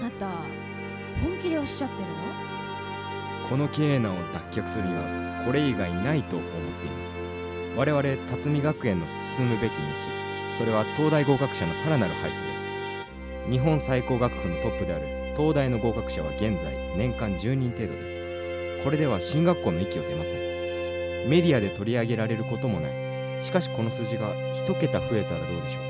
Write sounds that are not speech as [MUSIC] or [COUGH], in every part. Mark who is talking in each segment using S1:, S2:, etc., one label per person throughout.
S1: なた本気でおっしゃってるの
S2: この経営難を脱却するにはこれ以外ないと思っています我々辰巳学園の進むべき道それは東大合格者のさらなる輩出です日本最高学府のトップである東大の合格者は現在年間10人程度ですこれでは進学校の域を出ませんメディアで取り上げられることもないしかしこの数字が1桁増えたらどうでしょう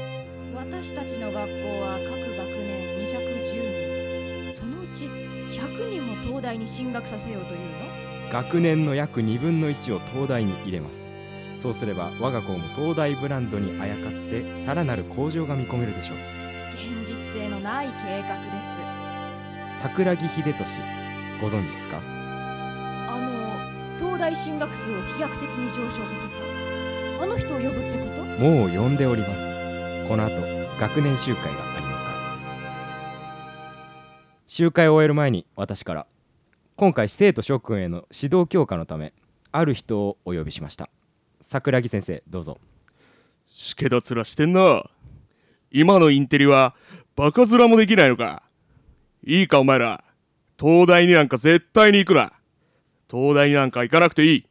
S1: 私たちの学校は各学年210人そのうち100人も東大に進学させようというの
S2: 学年の約2分の1を東大に入れますそうすれば我が校も東大ブランドにあやかってさらなる向上が見込めるでしょう
S1: 現実性のない計画です
S2: 桜木秀俊ご存知ですか
S1: あの東大進学数を飛躍的に上昇させたあの人を呼ぶってこと
S2: もう呼んでおりますこの後学年集会がありますから集会を終える前に私から今回生徒諸君への指導強化のためある人をお呼びしました桜木先生どうぞ
S3: しけだつらしてんな。今のインテリは、バカ面もできないのか。いいか、お前ら。東大になんか絶対に行くな。東大になんか行かなくていい。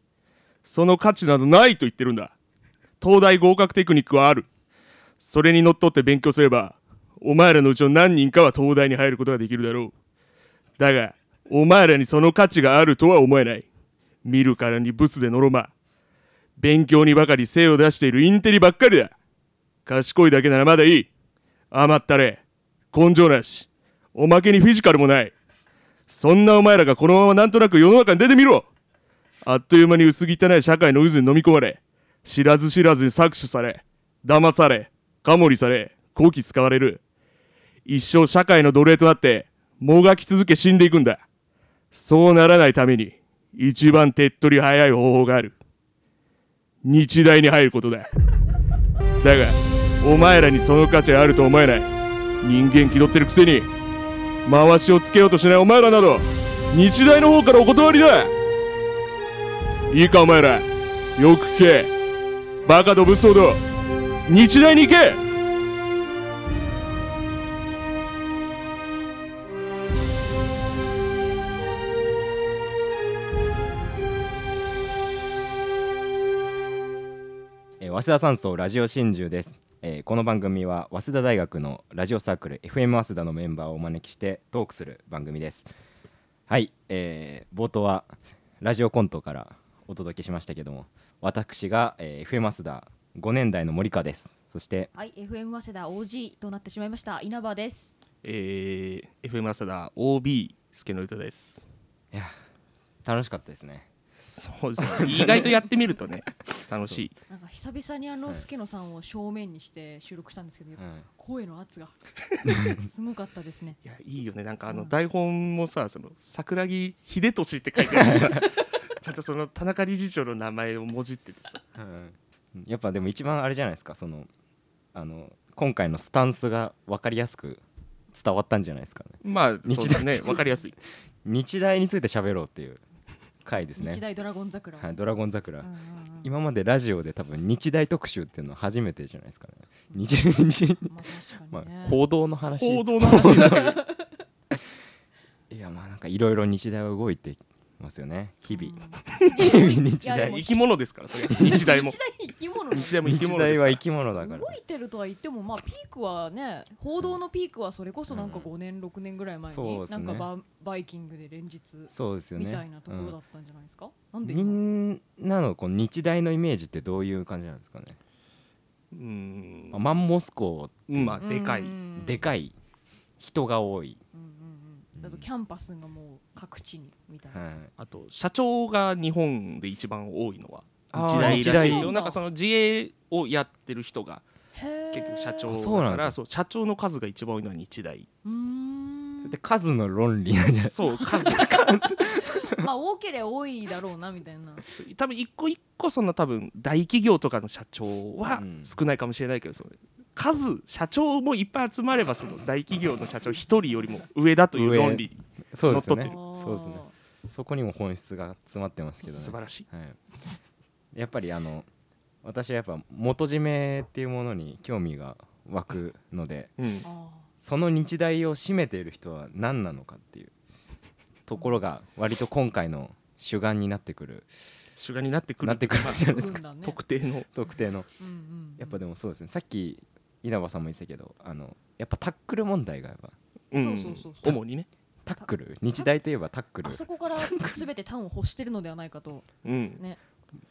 S3: その価値などないと言ってるんだ。東大合格テクニックはある。それにのっとって勉強すれば、お前らのうちの何人かは東大に入ることができるだろう。だが、お前らにその価値があるとは思えない。見るからにブスでのろま。勉強にばかり精を出しているインテリばっかりだ。賢いだけならまだいい。甘ったれ。根性なし。おまけにフィジカルもない。そんなお前らがこのままなんとなく世の中に出てみろあっという間に薄汚い社会の渦に飲み込まれ、知らず知らずに搾取され、騙され、カモリされ、こき使われる。一生社会の奴隷となって、もがき続け死んでいくんだ。そうならないために、一番手っ取り早い方法がある。日大に入ることだだがお前らにその価値があると思えない人間気取ってるくせに回しをつけようとしないお前らなど日大の方からお断りだいいかお前らよく聞けバカと物騒ど日大に行け
S2: えー早稲田山荘ラジオ真珠です、えーこの番組は早稲田大学のラジオサークル FM 早稲田のメンバーをお招きしてトークする番組ですはい、えー冒頭はラジオコントからお届けしましたけども私が、えー FM 早稲田5年代の森川ですそして
S1: はい FM 早稲田 OG となってしまいました稲葉です
S3: えー、FM 朝田 OB 助の歌です
S2: いや楽しかったですね
S3: そうですね [LAUGHS] 意外とやってみるとね楽しい
S1: なんか久々にあの
S2: はい
S1: 助野さんを正面にして収録したんですけど、やっぱ
S2: うん
S1: 声の圧が [LAUGHS] すごかったですね
S3: いやいいよねなんかあ
S1: う
S3: の
S1: ん
S3: 台本もさその桜木秀俊って書いてある
S1: [LAUGHS]
S3: さちゃんとその田中理事長の名前をもじっててさ
S2: やっぱでも一番あれじゃないですかそのあの今回のスタンスが分かりやすく伝わったんじゃないですかね
S3: まあ
S2: 日大
S3: そうだねわかりやすい
S2: 日大について喋ろうっていう回ですね
S1: 日大ドラゴン桜を、
S2: はい、ドラゴン桜、
S1: うんうんうん
S2: 今までラジオで多分日大特集っていうのは初めてじゃないですかね日日
S1: まあ確か
S2: ま
S1: にね、
S2: あ、報道の話
S3: 報道の話に
S1: [LAUGHS]
S3: なってる
S2: いやまあなんかいろいろ日大は動いてますよね日々、
S1: うん
S2: 日々日
S1: いや
S2: 大
S3: いや
S1: でも
S3: 生き物ですからそれ日大
S1: [LAUGHS]
S3: も
S1: 日大生き物だね
S3: 日大も生き
S2: 日
S3: 物で
S2: 大
S3: すか
S2: は
S3: ら
S2: 生き物だから
S1: 動いてるとは言っても、まあ、ピークはね報道のピークはそれこそなんか
S2: うん
S1: 5年、6年ぐらい前
S2: そう
S1: に、
S2: です
S1: な
S2: ね
S1: んかババイキングで連日
S2: そうですよね
S1: みたいなところだったんじゃないですか、なんで
S2: み
S1: 今
S2: んなのこの日大のイメージってどういう感じなんですかね、
S3: うん
S2: まあマンモス校
S3: うんまあでかい
S1: うん
S2: でかい人が多い、
S1: うんうんうんだとキャンパスがもう各地にみたいな、
S2: はい、
S3: あと社長が日本で一番多いのは
S2: あー
S3: 日大らしいです
S1: 日大
S3: よなんかその自営をやってる人が
S1: へー
S3: 結局社長
S2: あそうな
S3: だ
S2: んで
S3: か
S2: すね
S3: らそう社長の数が一番多いのは
S2: [LAUGHS]
S3: 日大
S1: うーん
S2: それで数の論理なんじゃない
S3: そう数
S1: まあ多ければ多いだろうなみたいな
S3: そう多分一個一個その多分大企業とかの社長は
S2: うん
S3: 少ないかもしれないけど、その数社長もいっぱい集まればその大企業の社長一人よりも上だという
S2: 上
S3: 論理
S2: そうですよね
S3: 乗っ
S2: そうですねそこにも本質が詰まってますけどね
S3: 素晴らしい
S2: はい、やっぱりあの私はやっぱ元締めっていうものに興味が湧くので
S3: うん
S1: あー
S2: その日大を占めている人は何なのかっていうところが割と今回の主眼になってくる
S3: 主眼になってくる
S2: なってくるじゃないで
S1: 来
S2: すか
S1: るんだね
S3: 特定の
S2: 特定の
S1: うんうんうん
S2: やっぱでもそうですねさっき稲葉さんも言ってたけどあのやっぱタックル問題がやっぱ
S3: うん
S1: そうそうそうそう
S3: 主にね
S2: タックル日大といえばタックル
S1: あそこ
S2: [LAUGHS]
S1: から全て端を欲してるのではないかと
S3: うん
S1: ね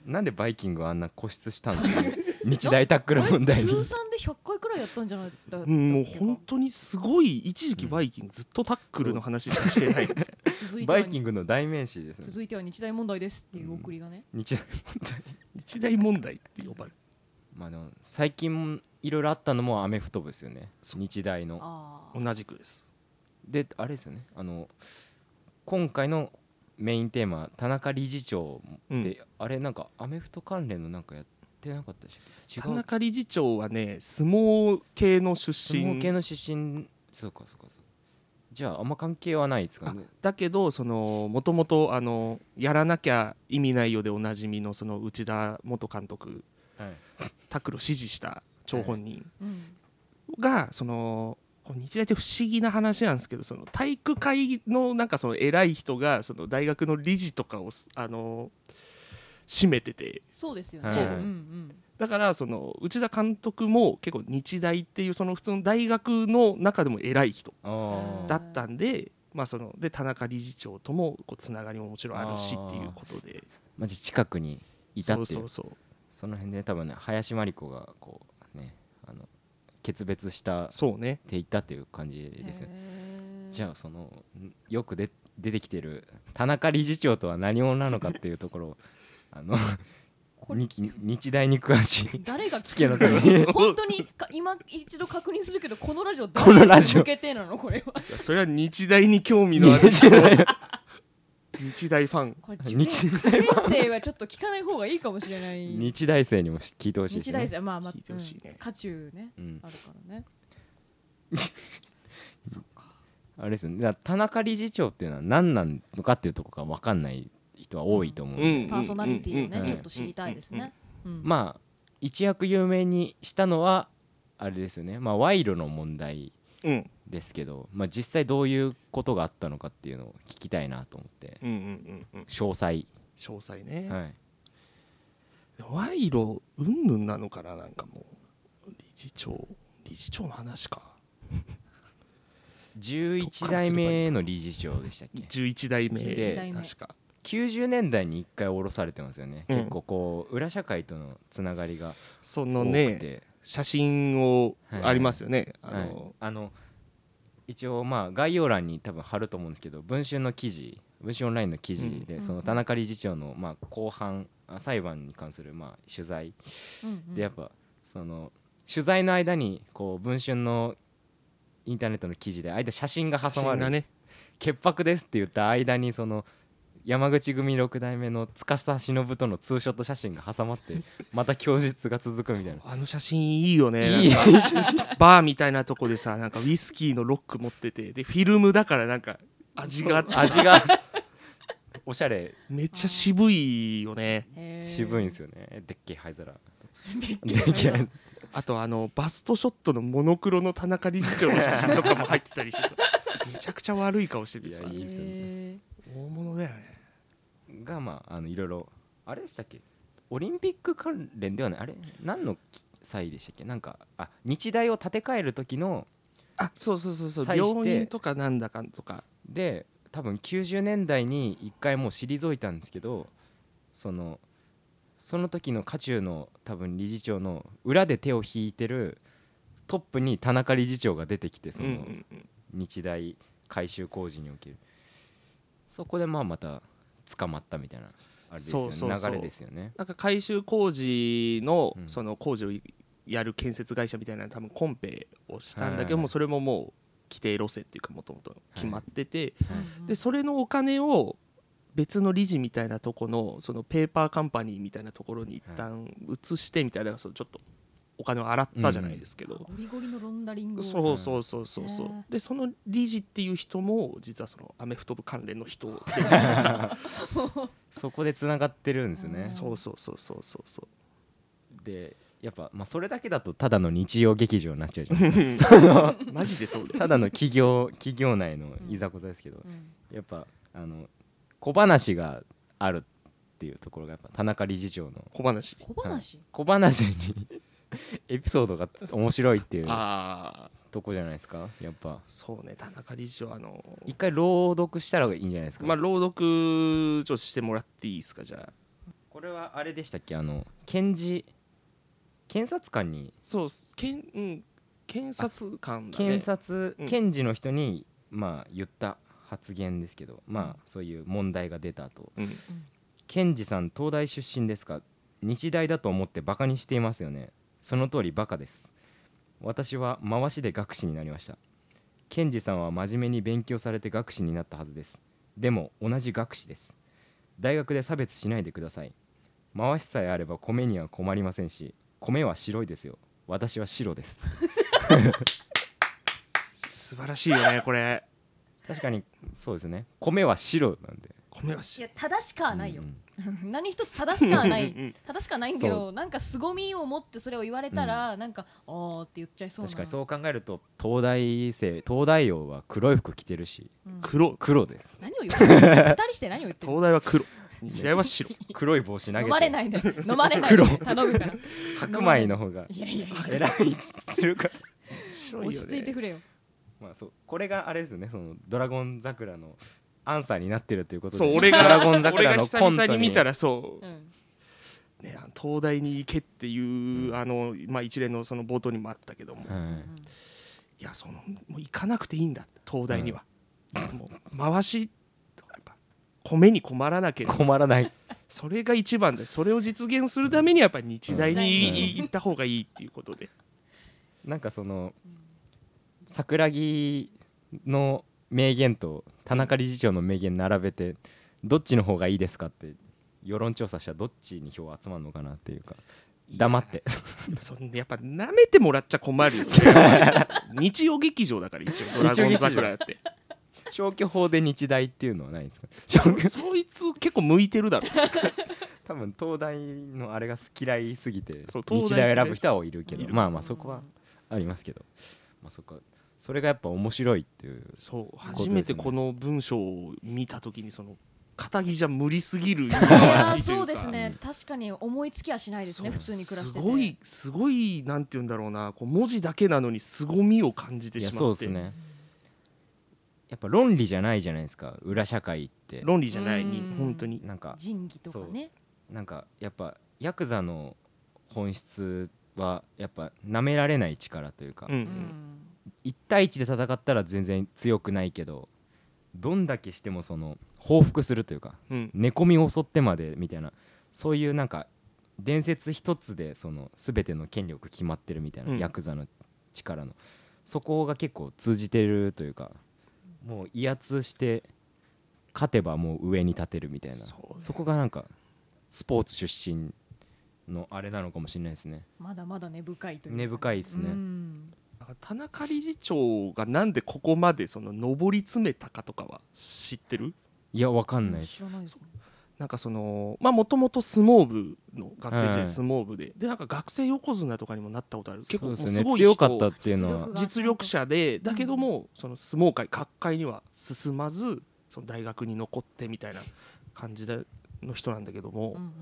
S2: なんでバイキングはあんな固執したんですかね日大タックル問題に
S1: 通算で100回くらいやったんじゃないだ
S3: うんもう
S1: だっけか
S3: 本当にすごい一時期バイキングずっとタックルの話しかして
S1: [LAUGHS]
S3: ない
S1: 続いては
S2: バイキングの代名詞ですね
S1: 続いては日大問題ですっていう送りがね、
S2: 日大問題
S3: 一大問題って呼ばれる
S2: まあでも最近いろいろあったのもアメフト部ですよね日大の
S1: ああ
S3: 同じくです
S2: であれですよねあの今回のメインテーマ田中理事長って、
S3: うん
S2: あれなんかアメフト関連のなんかやってなかったでしょ
S3: 田
S2: 違う
S3: 中理事長はね相撲系の出
S2: 相撲系
S3: 身
S2: の出身そうかそうかそうじゃああんま関係はないですか
S3: あ
S2: ね
S3: だけどそのもともとあのやらなきゃ意味ないよでおなじみのその内田元監督
S2: はい
S3: タックルを支持した張本人
S1: うん
S3: がそのこう日大って不思議な話なんですけどその体育会のなんかその偉い人がその大学の理事とかをすあの占めてて
S1: そうですよね、
S2: そう
S1: うんうん
S3: だからその内田監督も結構日大っていうその普通の大学の中でも偉い人
S2: あー
S3: だったんで。まあ、そので田中理事長ともこうつながりももちろんあるしっていうことで
S2: まじ近くにいたっていう
S3: そうそうそう
S2: その辺で多分ね林真理子がこうねあの決別したっ
S3: そうね
S2: ていったっていう感じですね
S1: へー
S2: じゃあそのんよくで出てきてる田中理事長とは何者なのかっていうところ
S1: [LAUGHS]
S2: をあの
S1: これ
S2: に日大に詳しい
S1: 誰が
S2: つ
S1: 聞
S2: けなさ
S1: い
S2: い
S3: ね
S1: 本当にか今一度確認するけどこのラジオ
S2: このラジオ
S1: 向けてなのこれは
S3: いやそれは日大に興味のある人 [LAUGHS] 日大ファン
S2: [LAUGHS]
S1: これ受験
S2: 日
S1: 受験生はちょっと聞かない方がいいかもしれ
S2: [LAUGHS]
S1: ない
S2: 日大生にもし聞いてほしいで
S1: 日
S2: す
S1: 大
S2: ね
S1: 生まあまあ
S3: 聞いてほしい
S1: う
S3: ね
S1: ん渦中ね
S2: うん
S1: あるからねそっか
S2: あれですねだから田中理事長っていうのは何なのかっていうところが分かんない人は多いと思うんで、
S3: うん
S1: パーソナリティを
S2: うん
S1: ねちょっと知りたいですねうん
S2: まあ一躍有名にしたのはあれですよねまあ賄賂の問題
S3: うん
S2: ですけど、まあ、実際どういうことがあったのかっていうのを聞きたいなと思って
S3: うんうんうんうん
S2: 詳細
S3: 詳細ね、
S2: はい
S3: 賄賂うんぬんなのかななんかもう理事長理事長の話か
S2: 11代目の理事長でしたっけ
S3: 11代目
S2: 11
S1: 代目
S3: 確か
S2: 90年代に1回降ろされてますよね、
S3: うん
S2: 結構こう裏社会とのつながりが
S3: そ
S2: 多
S3: の
S2: く
S3: ね
S2: て、
S3: 写真を
S2: はい
S3: ありますよね、
S2: は
S3: あ
S2: い
S3: の、
S2: あの一応まあ概要欄に多分貼ると思うんですけど文春の記事文春オンラインの記事で、
S1: うん
S2: その田中理事長のまあ公判あ裁判に関するまあ取材
S1: うんうん
S2: でやっぱその取材の間にこう文春のインターネットの記事で間写真が
S3: 写
S2: 挟ま
S3: 真が
S2: る
S3: ね
S2: 潔白ですって言った間にその山口組6代目の司忍とのツーショット写真が挟まって
S1: [LAUGHS]
S2: また供述が続くみたいな
S3: あの写真いいよね
S2: いい
S3: なんか
S2: [LAUGHS]
S3: バーみたいなとこでさなんかウイスキーのロック持っててでフィルムだからなんか味があって
S2: 味がおしゃれ
S3: めっちゃ渋いよね
S1: へー
S2: 渋いんですよねでっけえ灰皿
S1: でっけえ灰皿
S2: でっけ
S3: あとあのバストショットのモノクロの田中理事長の写真とかも入ってたりし
S2: [LAUGHS]
S3: てさめちゃくちゃ悪い顔しててさ
S2: いやいいっすよね
S1: へ
S3: 大物だよね
S2: えがまああのいろいろあれでしたっけオリンピック関連ではないあれ何の際でしたっけなんかあ日大を建て替える時の
S3: あそうそうそうそう
S2: 際して
S3: 病院とかなんだかんとか
S2: で多分90年代に一回もう退いたんですけどそのその時の渦中の多分理事長の裏で手を引いてるトップに田中理事長が出てきてそ
S3: うんう
S2: の
S3: んうん
S2: 日大改修工事におけるそこでまあまた捕まったみたいなあれですよね
S3: そうそうそう
S2: 流れですよね。
S3: なんか改修工事の
S2: うん
S3: その工事をやる建設会社みたいなの多分コンペをしたんだけ
S2: は
S3: ど
S2: い
S3: もうそれももう規定路線っていうかもともと決まってて
S1: ーうんうん
S3: でそれのお金を別の理事みたいなとこのそのペーパーカンパニーみたいなところに一旦移してみたいなそのちょっとお金を洗ったじゃないですけど、
S1: ゴリゴリのロンダリングを
S3: そうそうそうそうそう、
S1: うん
S3: でその理事っていう人も実はそのアメフト部関連の人で
S2: そこでつながってるんですよ
S1: う
S2: ね
S1: ん。
S3: そうそうそうそうそうそう
S2: でやっぱ、まあ、それだけだとただの日曜劇場になっちゃうじゃん
S3: マジでそうだよ
S2: ただの企業企業内のいざこざですけど、
S1: うん
S2: やっぱあの小話があるっていうところがやっぱ田中理事長の
S3: 小話
S1: 小話、
S2: 小話に [LAUGHS] エピソードが面白いっていう
S3: ああ
S2: とこじゃないですかやっぱ
S3: そうね田中理事長あの
S2: 一回朗読したらいいんじゃないですか、
S3: まあ朗読ちょっとしてもらっていいですかじゃあ
S2: これはあれでしたっけあの検事検察官に
S3: そうっすけん、うん、検察官だね
S2: 検察、
S3: うん
S2: 検事の人にまあ言った発言ですけどまあそういう問題が出た後
S3: うん
S2: 検事さん東大出身ですか日大だと思ってバカにしていますよねその通りバカです私は回しで学士になりました検事さんは真面目に勉強されて学士になったはずですでも同じ学士です大学で差別しないでください回しさえあれば米には困りませんし米は白いですよ私は白です
S3: 素晴らしいよねこれ
S2: 確かにそうですね米は白なんで
S3: 米はし
S1: いや正しくはないよ
S2: う、ん
S1: [LAUGHS] 何一つ正しくはな
S3: うんうんう
S1: い
S3: ん
S1: 正しくはないんだけどなんか凄みを持ってそれを言われたら、なんかあーって言っちゃいそうな
S2: 確かに
S1: う、
S2: そう考えると東大生東大王は黒い服着てるし
S1: ん
S3: 黒
S2: 黒です
S1: 何を言ってる二人して何を言ってる
S3: 東大は黒日大は白
S2: 黒い帽子投げて
S1: 飲まれ
S2: [LAUGHS]
S1: ないで飲まれないで
S2: 黒
S1: 頼むから
S2: 白米の方が
S1: いやいやいや
S2: 偉いっつってるから [LAUGHS]
S3: 白
S1: 落ち着いてくれよ
S2: まあそうこれがあれですよねそのドラゴン桜のアンサーになってるということで
S3: そう俺が
S2: ドラゴン
S3: 俺
S2: 桜
S3: が
S2: の
S3: 久
S2: コン
S3: 々
S2: ト
S3: に
S2: に
S3: 見たらそう、
S1: うん
S3: ね、あの東大に行けっていう、あのまあ、一連のその冒頭にもあったけども、、
S2: はい
S3: やそのもう行かなくていいんだ東大には、もう回しやっぱ米に困らなけ
S2: い
S3: れば
S2: 困らない
S3: それが一番でそれを実現するためにやっぱり日大
S1: うん
S3: に行った方がいいっていうことで、
S2: なんかその桜木の名言と田中理事長の名言並べてどっちの方がいいですかって世論調査したらどっちに票集まるのかなっていうか黙って
S3: そんでやっぱなめてもらっちゃ困るよそれは日曜劇場だから一応「ドラゴン桜」やって
S2: 消去法で日大っていうのはないんですか消去
S3: そいつ結構向いてるだろ
S2: 多分東大のあれが好き嫌いすぎて
S3: そう東
S2: 日
S3: 大
S2: 大を
S3: ってね
S2: 選ぶ人はいるけ
S3: い
S2: ど
S3: る
S2: まあまあそこはありますけど、まあ、そこはそれがやっぱ面白いっていう
S3: そう
S2: とです
S3: 初
S2: ね
S3: めてこの文章を見た時にその肩着じゃ無理すぎる言い
S1: いや
S3: 回しというか
S1: そうですね確かに思いつきはしないですね
S3: そう
S1: 普通に暮らしてて
S3: すごいすごいなんて言うんだろうなこう文字だけなのに凄みを感じて
S2: い
S3: しま
S2: や
S3: って
S2: そうですねやっぱ論理じゃないじゃないですか裏社会って
S3: 論理じゃないに
S1: うん
S3: 本当に
S2: なんか
S1: 仁義とかね
S2: なんかやっぱヤクザの本質はやっぱ舐められない力というか、
S3: うんう
S1: うんん
S2: 一対一で戦ったら全然強くないけどどんだけしてもその報復するというか
S3: うん
S2: 寝込みを襲ってまでみたいなそういうなんか伝説一つでその全ての権力決まってるみたいな、
S3: うん
S2: ヤクザの力のそこが結構通じてるというかもう威圧して勝てばもう上に立てるみたいなそ,、
S3: そうね
S2: こがなんかスポーツ出身のあれなのかもしれないですね
S1: まだまだ根深いというか
S2: 根深いですね、
S1: うん
S3: だから田中理事長がなんでここまでその上り詰めたかとかは知ってる
S2: いやわかんないです
S1: 知らないですね
S3: なんかそのまあもともと相撲部の学生時
S2: は
S3: 代
S2: い
S3: 相撲部で、でなんか学生横綱とかにもなったことある結構もう
S2: そうですすね
S3: ごい人
S2: 強かったっていうの
S1: 実
S2: は
S1: 力が
S3: 実力者でだけどもその相撲界各界には進まずその大学に残ってみたいな感じでの人なんだけど
S1: う
S3: も、
S1: んうん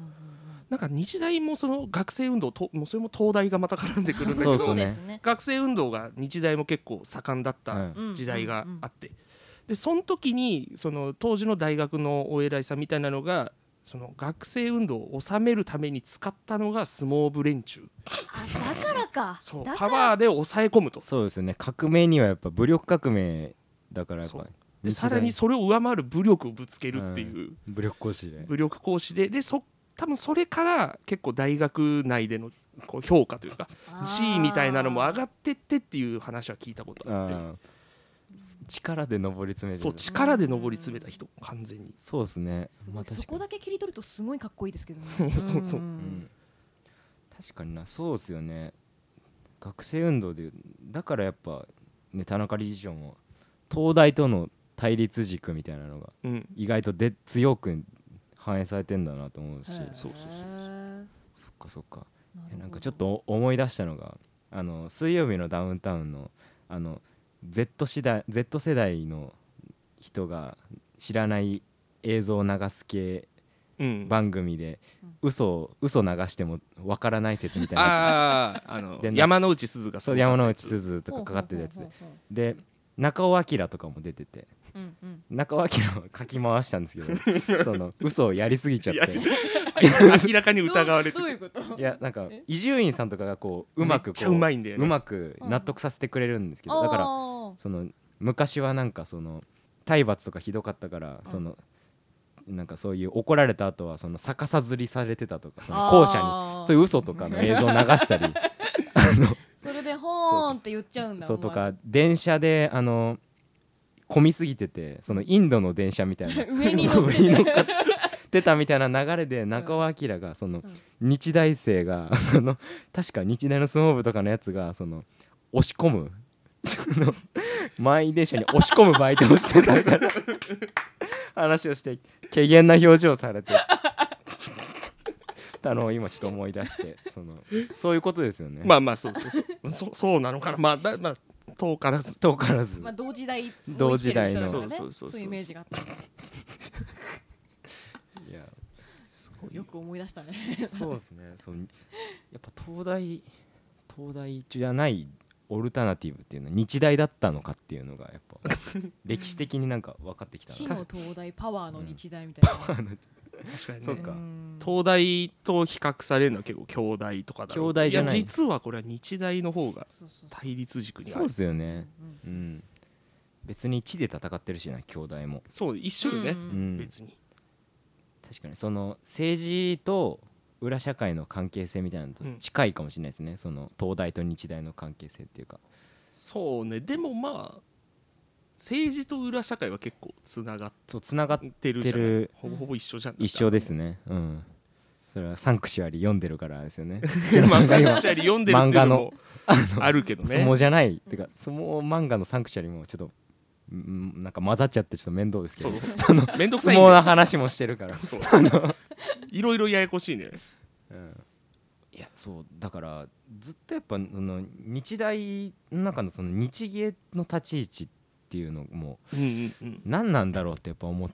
S3: なんか日大もその学生運動ともうそれも東大がまた絡んでくるんだけ
S1: うんう
S2: そ
S1: ん
S2: う
S3: ど
S2: っすね
S1: ね
S3: 学生運動が日大も結構盛んだっ
S2: う
S3: た
S2: ん
S1: うん
S3: 時代があ
S1: っ
S3: って、でその時にその当時の大学のお偉いさんみたいなのがその学生運動を収めるために使ったのが相撲部連中
S1: あだからか
S3: そう
S1: だか
S3: パ
S1: ら
S3: ワーで抑え込むと
S2: そうですね革命にはやっぱ武力革命だからやっ
S3: そ
S2: ぱ
S3: うでさらに
S2: 日
S3: それを上回る武力をぶつけるっていう
S2: 大武力行使で
S3: 武力行使ででそ多分それから結構大学内でのこう評価というか
S1: あー
S3: 地位みたいなのも上がってってっていう話は聞いたことあって
S2: あー力で上り詰めて
S3: そう
S2: る
S3: 力で上り詰めた人完全に
S2: そうですね
S1: すごい
S2: まあ確
S1: そ
S2: か
S1: こ
S2: に、
S1: だけ切り取るとすごいかっこいいですけどね
S3: そうそう
S2: うんん、確かになそうですよね学生運動でだからやっぱね田中理事長も東大との対立軸みたいなのが
S3: うん
S2: 意外とで強く反映されてんだなと思うし、
S1: へー
S3: そうそうそう
S2: そっかそっか
S1: なるほど
S2: なんかちょっと思い出したのがあの水曜日のダウンタウンのあの Z, 世代 Z 世代の人が知らない映像を流す系
S3: うん
S2: 番組で嘘を嘘流してもわからない説みたいなや
S3: あああの
S2: でな
S3: 山之内すずが
S2: つそう山之内
S3: ず
S2: すずとかかかってるやつ
S1: ほ
S2: で
S1: うほうほうほ
S2: で中尾明とかも出てて
S1: ううんうん
S2: 中尾明をかき回したんですけどその嘘をやりすぎちゃって
S3: [LAUGHS] 明らかに疑われて
S1: どう
S3: て
S1: どういうこと
S2: いやなんか
S1: え
S2: 伊集院さんとかがこううまくこ
S3: めっちゃうまいんだよね
S2: うまく納得させてくれるんですけどだから
S1: あ
S2: その昔はなんかその体罰とかひどかったから
S1: うん
S2: その、なんかそういう怒られた後はその逆さずりされてたとかその
S1: あー
S2: 校舎にそういう嘘とかの映像を流したりあの
S1: ーそれでほーんって言っちゃうんだ
S2: そうと
S1: お前
S2: か電車であの混みすぎててそのインドの電車みたいな
S1: [LAUGHS] 上に乗ってて
S2: 上にかってたみたいな流れで中尾明がその
S1: うん
S2: 日大生が [LAUGHS] その確か日大の相撲部とかのやつがその押し込むその満員電車に押し込むバイトをしてたみたいな話をして怪げな表情さ
S1: [LAUGHS]
S2: れてたのを今ちょっと思い出してそのそういうことですよね。
S3: まあまあそうそうそうそそうなのかなまあだまあ遠からず
S2: 遠からず、
S1: まあ同時代を生きてる人
S2: 同時代の
S1: だからね
S3: そうそうそうそ
S1: そ
S3: う
S1: ういうイメージがあった
S2: いや
S1: よく思い出したね
S2: そうですね。そうやっぱ東大東大じゃないオルタナティブっていうのは日大だったのかっていうのがやっぱ歴史的になんか分かってきた
S1: 死
S2: な。
S1: の東大パワーの日大みたいな、
S3: 確かにね
S2: そうか
S1: ん
S3: 東大と比較されるのは結構京大とかだろ
S2: 京大じゃない
S3: や実はこれは日大の方が
S1: そうそう
S3: 対立軸にあ
S2: そう
S3: る
S2: ですよね。
S1: うん
S2: うん。別に地で戦ってるしな兄弟も。
S3: そう一緒よね、
S1: うん
S2: うん
S3: 別に
S2: 確かにその政治と裏社会の関係性みたいなのと近いかもしれないですね、その東大と日大の関係性っていうか
S3: そうねでもまあ政治と裏社会は結構つながっ
S2: そうつながって
S3: るじゃな
S2: て
S3: い
S2: る
S3: ほぼほぼ一緒じゃん
S2: 一緒ですねうんそれはサンクチュアリ読んでるからですよね
S3: まあサンクチュアリ読んでるっていうのもある
S2: [LAUGHS]
S3: けど
S2: 相
S3: ね
S2: 撲じゃないっていうか相撲漫画のサンクチュアリもちょっとうんうんなんか混ざっちゃってちょっと面倒ですけ
S3: そ
S2: ど
S3: う
S2: [LAUGHS] その
S3: めんどく
S2: 相
S3: さい
S2: 撲
S3: んだよ
S2: の話もしてるから、
S3: [LAUGHS] そういろいろややこしいね
S2: うん [LAUGHS] いやそうだからずっとやっぱその日大の中のその日芸の立ち位置っていうのも
S3: うんうんうん
S2: 何なんだろうってやっぱ思っ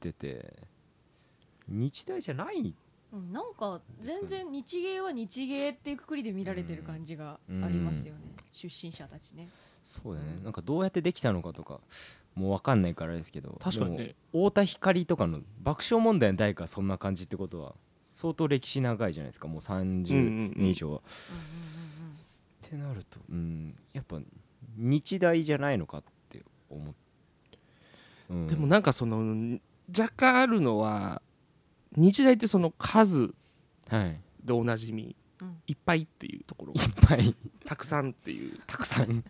S2: てて日大じゃない
S1: うんなんか全然日芸は日芸っていうくくりで見られてる感じがありますよね、出身者たちね
S2: そうだねなんかどうやってできたのかとかもう分かんないからですけど
S3: 確かにね
S2: でも太田光とかの爆笑問題の代からそんな感じってことは相当歴史長いじゃないですかもう
S3: うん
S2: 30
S3: うんうん
S2: 年以上は。ってなるとうんやっぱ日大じゃないのかって思う、うん
S3: でもなんかその若干あるのは日大ってその数
S2: はいいっ
S3: でおなじみ
S1: うん
S3: いっぱいっていうところが
S2: ぱい
S3: [LAUGHS] たくさんっていう
S2: たくさん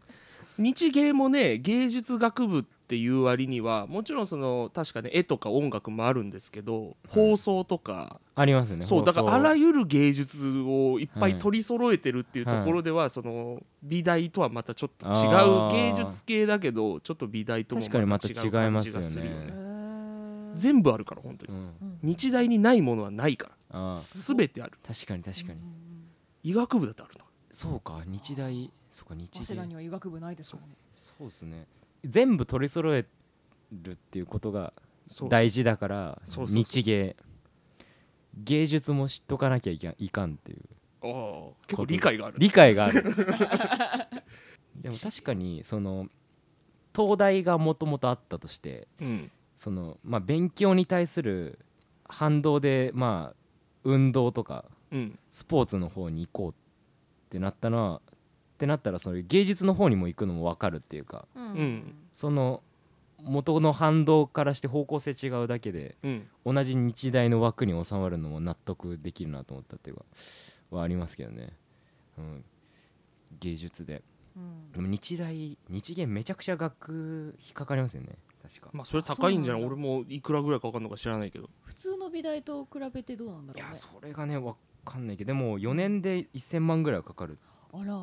S3: 日芸もね芸術学部っていう割にはもちろんその確かね絵とか音楽もあるんですけど放送とか、
S2: ありますよね
S3: そうだからあらゆる芸術をいっぱ
S2: はい
S3: い取り揃えてるっていうところでは、その美大とはまたちょっと違
S2: あ
S3: う
S2: ー
S3: 芸術系だけどちょっと美大とも
S2: 確かにまた違
S3: う
S2: い
S3: 感
S2: ま
S3: じ
S2: す
S3: が
S2: よ
S3: するよね
S2: ね
S3: 全部あるから本当
S2: う
S3: に
S2: ん
S3: 日大にないものはないから
S2: ああ
S3: 全てある
S2: 確かに確かに、
S3: 医学部だってあるな
S2: そうか日大そうか日
S1: 早稲
S2: 大
S1: 田には医学部ないですからね
S2: そうですね全部取り揃えるっていうことが
S3: そう
S2: 大事だから
S3: そうそうそう
S2: 日芸芸術も知っとかなきゃいけんいかんっていう
S3: あー結構理解がある
S2: 理解があ
S3: [LAUGHS]
S2: るでも確かにその東大がもともとあったとして
S3: うん
S2: その、まあ、勉強に対する反動で、まあ、運動とか
S3: うん
S2: スポーツの方に行こうってなったのはってなったらそういう芸術の方にも行くのも分かるっていうか
S1: うん
S2: その元の反動からして方向性違うだけで
S3: うん
S2: 同じ日大の枠に収まるのも納得できるなと思ったっていうかはありますけどね、うん、芸術で
S1: うん
S2: でも日大日芸めちゃくちゃ学費かかりますよね確か、
S3: まあそれ高いんじゃない
S1: あそ
S3: 俺もいくらぐらいかかるのか知らないけど
S1: 普通の美大と比べてどうなんだ
S2: い
S1: ろう
S2: や
S1: ね
S2: それがね分かんないけどでも4年で1000万ぐらいはかかる
S1: あら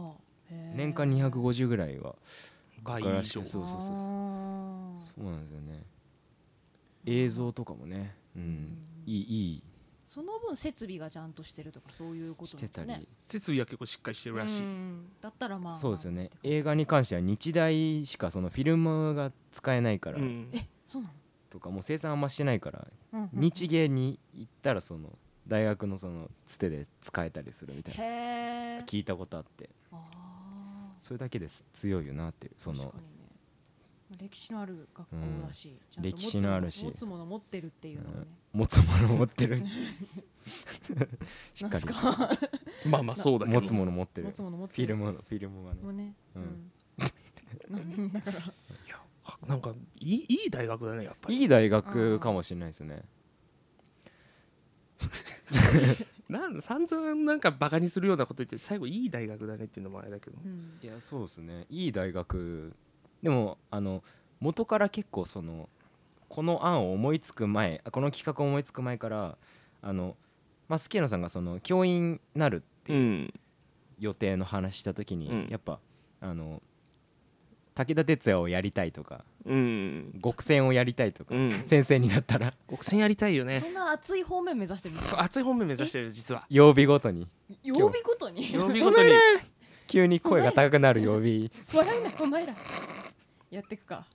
S1: へー
S2: 年間250ぐらいは
S3: 倍以
S2: から
S3: 上
S2: しいですそうそうそうそう
S1: あー
S2: そうなんですよね映像とかもね、うん、いいいい
S1: その分設備がちゃんとしてるとかそういうこと
S2: し
S1: なん
S2: て
S1: です
S2: た
S1: ね
S2: り
S3: 設備は結構しっかりしてるらしい、
S1: うんだったらまあ
S2: そうですよね
S1: って感じ
S2: 映画に関しては日大しかそのフィルムが使えないから
S3: うん
S1: えそうな
S2: とかもう生産あんましてないから
S1: の、うんうん
S2: 日芸に行ったらその大学のそのつてで使えたりするみたいな
S1: へえ
S2: 聞いたことあって
S1: あー
S2: それだけです強いよなっていうその
S1: 確かにねまあ歴史のある学校だし、ちゃんと
S2: 歴史のあるし
S1: 持つもの持ってるっていうのがね、
S2: 持つもの持っ
S1: [LAUGHS]
S2: てる [LAUGHS] しっ
S1: な
S2: か
S1: んす
S2: り
S1: か
S3: まあまあそうだけど
S2: 持つもの持ってる
S1: [LAUGHS] 持つ
S2: フ
S1: もの持って
S2: ィ
S1: る
S2: ルムのフィルムはね
S1: もね、
S2: うん
S1: うん、なんだから
S3: いやなんかいいいい大学だねやっぱり
S2: いい大学かもしれないですね
S3: なん散々なんかバカにするようなこと言って最後いい大学だねっていうのもあれだけど
S1: うん
S2: いやそうですねいい大学でもあの元から結構そのこの案を思いつく前あこの企画を思いつく前からあのマスケーノさんがその教員なる
S3: うん
S2: 予定の話した時に、
S3: うん
S2: やっぱあの武田鉄矢をやりたいとか
S3: うん
S2: 極戦をやりたいとか、
S3: うん
S2: 先生になったら
S3: 極戦やりたいよね
S1: そんな熱い方面目指してるの
S3: そう熱い本命目指してる [LAUGHS] 実は
S2: 曜日ごとに
S1: 曜日ごとに
S3: 曜日
S2: ご
S3: ご
S2: と
S3: と
S2: に
S3: に
S2: 急に声が高くなる曜日
S1: [LAUGHS] 笑いなお前らやってくか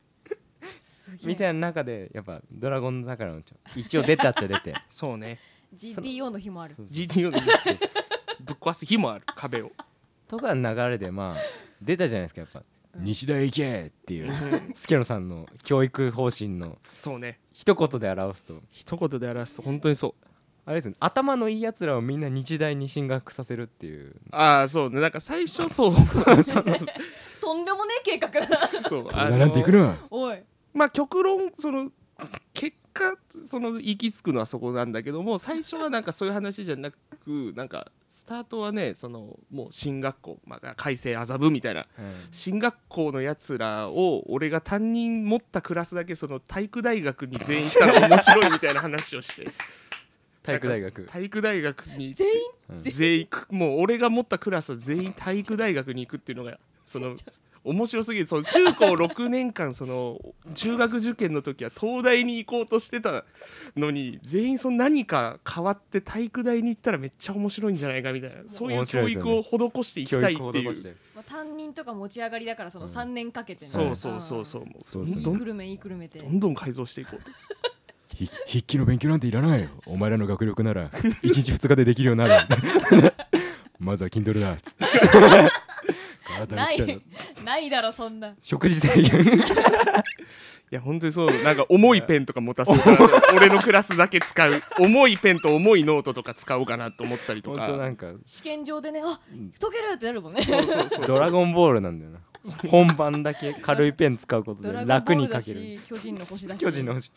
S1: すげえ
S2: みたいな中でやっぱ「ドラゴン桜」のちょ一応出たっちゃ出て
S3: そうね
S1: GTO の日もある
S2: そうそう
S3: GTO のぶっ壊す日もある壁を
S2: とかの流れでまあ出たじゃないですかやっぱ「
S1: うん
S2: 西大行け!」っていう助野さんの教育方針の
S3: そうね
S2: 一言で表すと
S3: 一言で表すと本当にそう
S2: あれですね頭のいいやつらをみんな日大に進学させるっていう
S3: ああそうねなんか最初そう [LAUGHS] そうそう
S1: とんでもねえ計画だ
S2: [LAUGHS]
S1: な
S3: そ
S2: 「
S3: う
S2: だなんて行くな!
S1: おい
S3: まあ極論その結果その行き着くのはそこなんだけども最初はなんかそういう話じゃなくなんかスタートはねそのもう進学校、まあ、改正麻布みたいな」進学校のやつらを俺が担任持ったクラスだけその体育大学に全員行ったら面白いみたいな話をして
S2: 体育大学
S3: 体育大学に
S1: 全員
S2: うん
S3: 全員行くもう俺が持ったクラスは全員体育大学に行くっていうのがその面白すぎるその中高6年間その中学受験の時は東大に行こうとしてたのに全員その何か変わって体育大に行ったらめっちゃ面白いんじゃないかみたいなそういう
S2: 面白い
S3: 教
S2: ですよ
S3: 育
S2: ね
S3: を施していきたいってい
S2: 教育を
S3: う
S2: 施してる
S1: まあ、担任とか持ち上がりだからその3年かけてね、
S3: そうそうそうそうも
S2: そう
S3: う
S2: ですね
S1: ん
S3: ど
S1: いい
S3: ん
S1: くるめいいくるめて
S3: どんどん改造していこうと
S2: ひ筆記の勉強なんていらないよお前らの学力なら1日2日でできるようになる [LAUGHS] まずは筋トレだっつって
S1: [LAUGHS]
S2: 体を
S1: な
S2: 鍛えろ
S1: いないだろそんな
S2: 食事制限
S3: いや本当にそうなんか重いペンとか持たせようかなと俺のクラスだけ使う重いペンと重いノートとか使おうかなと思ったりと
S2: 本
S3: か
S2: 当なんか
S1: 試験場でねあ解けるってなるもんね
S3: そうそうそう
S2: ドラゴンボールなんだよな本番だけ軽いペン使うこ
S1: [LAUGHS]
S2: と
S1: ド
S2: で
S1: ラゴンボール
S2: 楽に書
S1: だ
S2: ける
S1: し巨人の星だし
S2: 巨人の星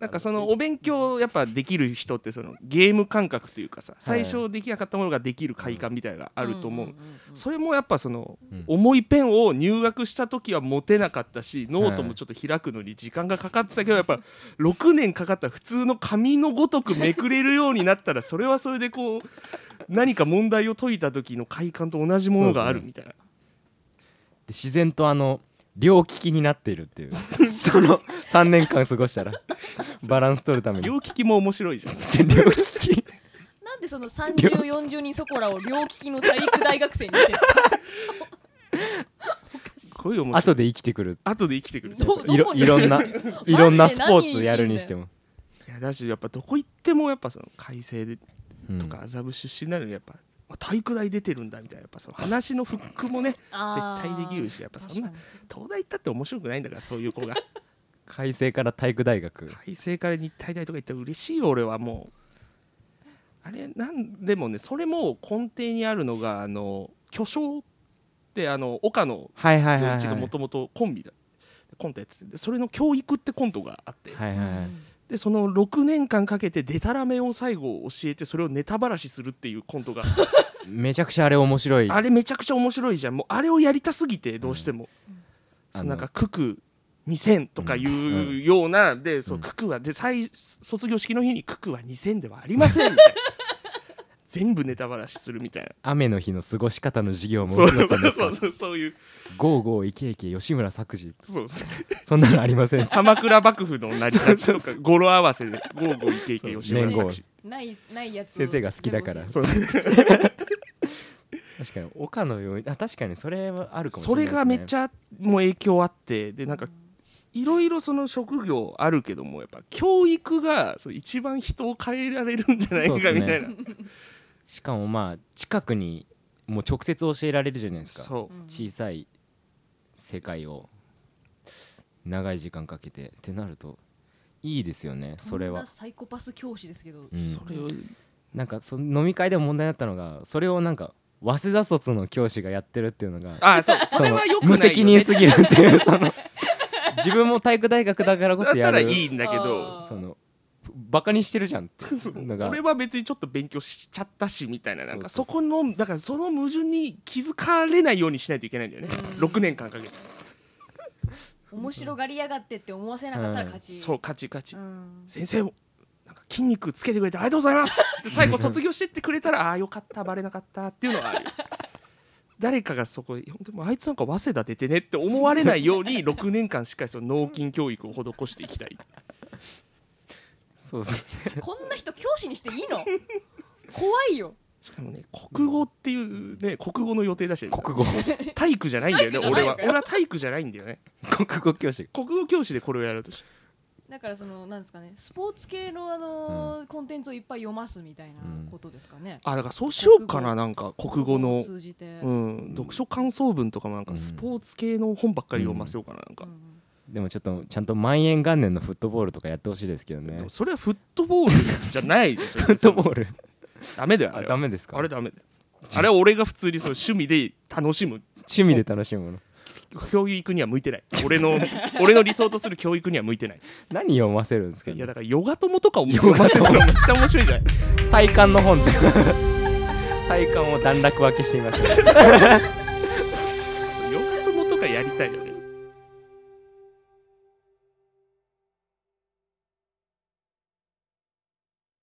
S3: なんかそのお勉強やっぱできる人ってそのゲーム感覚というかさ最初できなかったものができる快感みたいなのがあると思う、
S1: んんんん
S3: それもやっぱその
S2: うん
S3: 重いペンを入学した時は持てなかったしノートもちょっと開くのに時間がかかってたけどやっぱ6年かかった普通の紙のごとくめくれるようになったらそれはそれでこう何か問題を解いた時の快感と同じものがあるみたいな
S2: で自然とあの両利きになっている
S1: [LAUGHS]
S2: っていうその3年間過ごしたらバランス取るために
S3: 両利きも面白いじゃん
S2: で両利き
S1: なんでその3040人そこらを両利きの体育大学生にしてる
S3: すごい面白い
S2: 後で生きてくる
S3: 後で生きてくる
S1: どこ
S2: いろ
S1: に
S2: いろんないろんなスポーツやるにしても、
S3: いやだしやっぱどこ行ってもやっぱその改正で
S2: うん
S3: とか麻布出身なのにやっぱあ体育大出てるんだみたいなやっぱその話のフックもね絶
S1: [LAUGHS] あー
S3: 対できるしやっぱそんな
S1: 確か
S3: 東大行ったって面白くないんだからそうい
S1: [LAUGHS]
S3: う子が
S2: 改正から体育大学
S3: 改正から日体大とか行ったら嬉しいよ俺はもうあれなんでもねそれも根底にあるのがあの巨匠ってあの岡野
S2: はいはいはい
S3: 陽
S2: はい
S3: 一がもともとコンビだコントやっててでそれの教育ってコントがあって、
S2: はい
S1: に
S2: はいはい
S3: でその6年間かけてデタラメを最後教えてそれをネタばらしするっていうコントが
S2: めちゃくちゃあれ面白い
S3: あれめちゃくちゃ面白いじゃんもうあれをやりたすぎてどうしても、
S2: うん
S3: その
S2: あの
S3: なんか「クク2000」とかい
S2: んう
S3: うような、でそう
S2: うん [LAUGHS]
S3: ククはで最卒業式の日に「ククは2000」ではありませんみたいな全部ネタバラシするみたいな。
S2: 雨の日の過ごし方の授業も
S3: そう
S2: 受け
S3: そ
S2: たんで
S3: う
S2: す
S3: そ
S2: か
S3: うそうそういう
S2: ゴーゴーイケイケ吉村作治
S3: [LAUGHS] そう
S2: そんなのありません
S3: 鎌倉幕府の成り立ちとか語呂合わせでゴーゴーイケイケ吉村作詞
S1: ないないやつを
S2: 先生が好きだから
S3: そう
S2: 確かに岡のようにあ確かにそれはあるかもし
S3: そ
S2: れないです、
S3: れ
S2: ね、
S3: がめっち
S2: ゃ
S3: ゃもう影響あってでなんかいろいろその職業あるけどもやっぱ教育がそう一番人を変えられるんじゃないか
S2: そう
S3: み
S2: です
S3: た
S2: ね
S3: いな
S2: しかもまあ近くにもう直接教えられるじゃないですか
S3: そう
S1: うん
S2: 小さい世界を長い時間かけてってなるといいですよねそれ
S1: とん
S2: は
S1: だ、サイコパス教師ですけど、
S2: うん、
S3: それを
S2: なんかその飲み会でも問題だったのがそれをなんか早稲田卒の教師がやってるっていうのが
S3: あそうそれはよく
S2: 無
S3: ない
S2: 責
S3: よね
S2: 任すぎるっていうその自分も体育大学だからこ
S3: だっ
S2: そや
S3: たら
S2: る
S3: いいんだけど
S1: あ
S2: そのバカにしてるじゃんって
S3: そう
S2: いうのが
S3: [LAUGHS] 俺は別にちょっと勉強しちゃったしみたいななんか
S2: そ
S3: そう
S2: そ
S3: このだからその矛盾に気づかれないようにしないといけないんだよね
S1: うん
S3: 6年間かけて
S1: 面白がりやがってって思わせなかったら勝ち、
S3: そうカチカチ
S1: うん
S3: 先生もなんか筋肉つけてくれてありがとうございますって最後卒業してってくれたらああーよかったバレなかったっていうのはあるよ誰かがそこでいやでもあいつなんか早稲田出てねって思われないように6年間しっかりその脳筋教育を施していきたい
S2: そうそう
S1: こんな人教師にしていいの [LAUGHS] 怖いよ
S3: しかもね国語っていうね国語の予定だし
S2: 国語
S3: 体育じゃないんだよね
S1: 体育じゃないの
S3: 俺は
S1: かよ
S3: 俺は体育じゃないんだよね
S2: [LAUGHS] 国語教師
S3: 国語教師でこれをやるとし
S1: だからそのなんですかねスポーツ系のあのーコンテンツをいっぱい読ますみたいなことですかね、
S3: あだからそうしようかななんか国語
S1: を
S3: の、
S1: 通じて、
S3: う
S1: うん
S3: ん、読書感想文とかもなん
S2: う
S3: か
S2: ん
S3: スポーツ系の本ばっかり読ませようかななんか、
S2: でもちょっとちゃんと万延元年のフットボールとかやってほしいですけど
S3: で
S2: ね
S3: もそれはフットボールじゃないじゃ
S2: [LAUGHS]
S3: ん
S2: フットボール
S3: ダメだよあ
S2: あ
S3: れ
S2: ダ
S3: は
S2: メですか
S3: あれダメだよあれは俺が普通にその趣味で楽しむ
S2: 趣味で楽しむもの
S3: 教育には向い
S2: [LAUGHS]
S3: てない俺の俺の理想とする教育には向いてない
S2: 何読ませるんですか、
S3: い
S2: ね
S3: や、だからヨガ友とかを読ませたらめっちゃ面白いじゃない
S2: 体幹の本って [LAUGHS] 体幹を段落分けしてみましょう
S3: そうヨガ友とかやりたいよね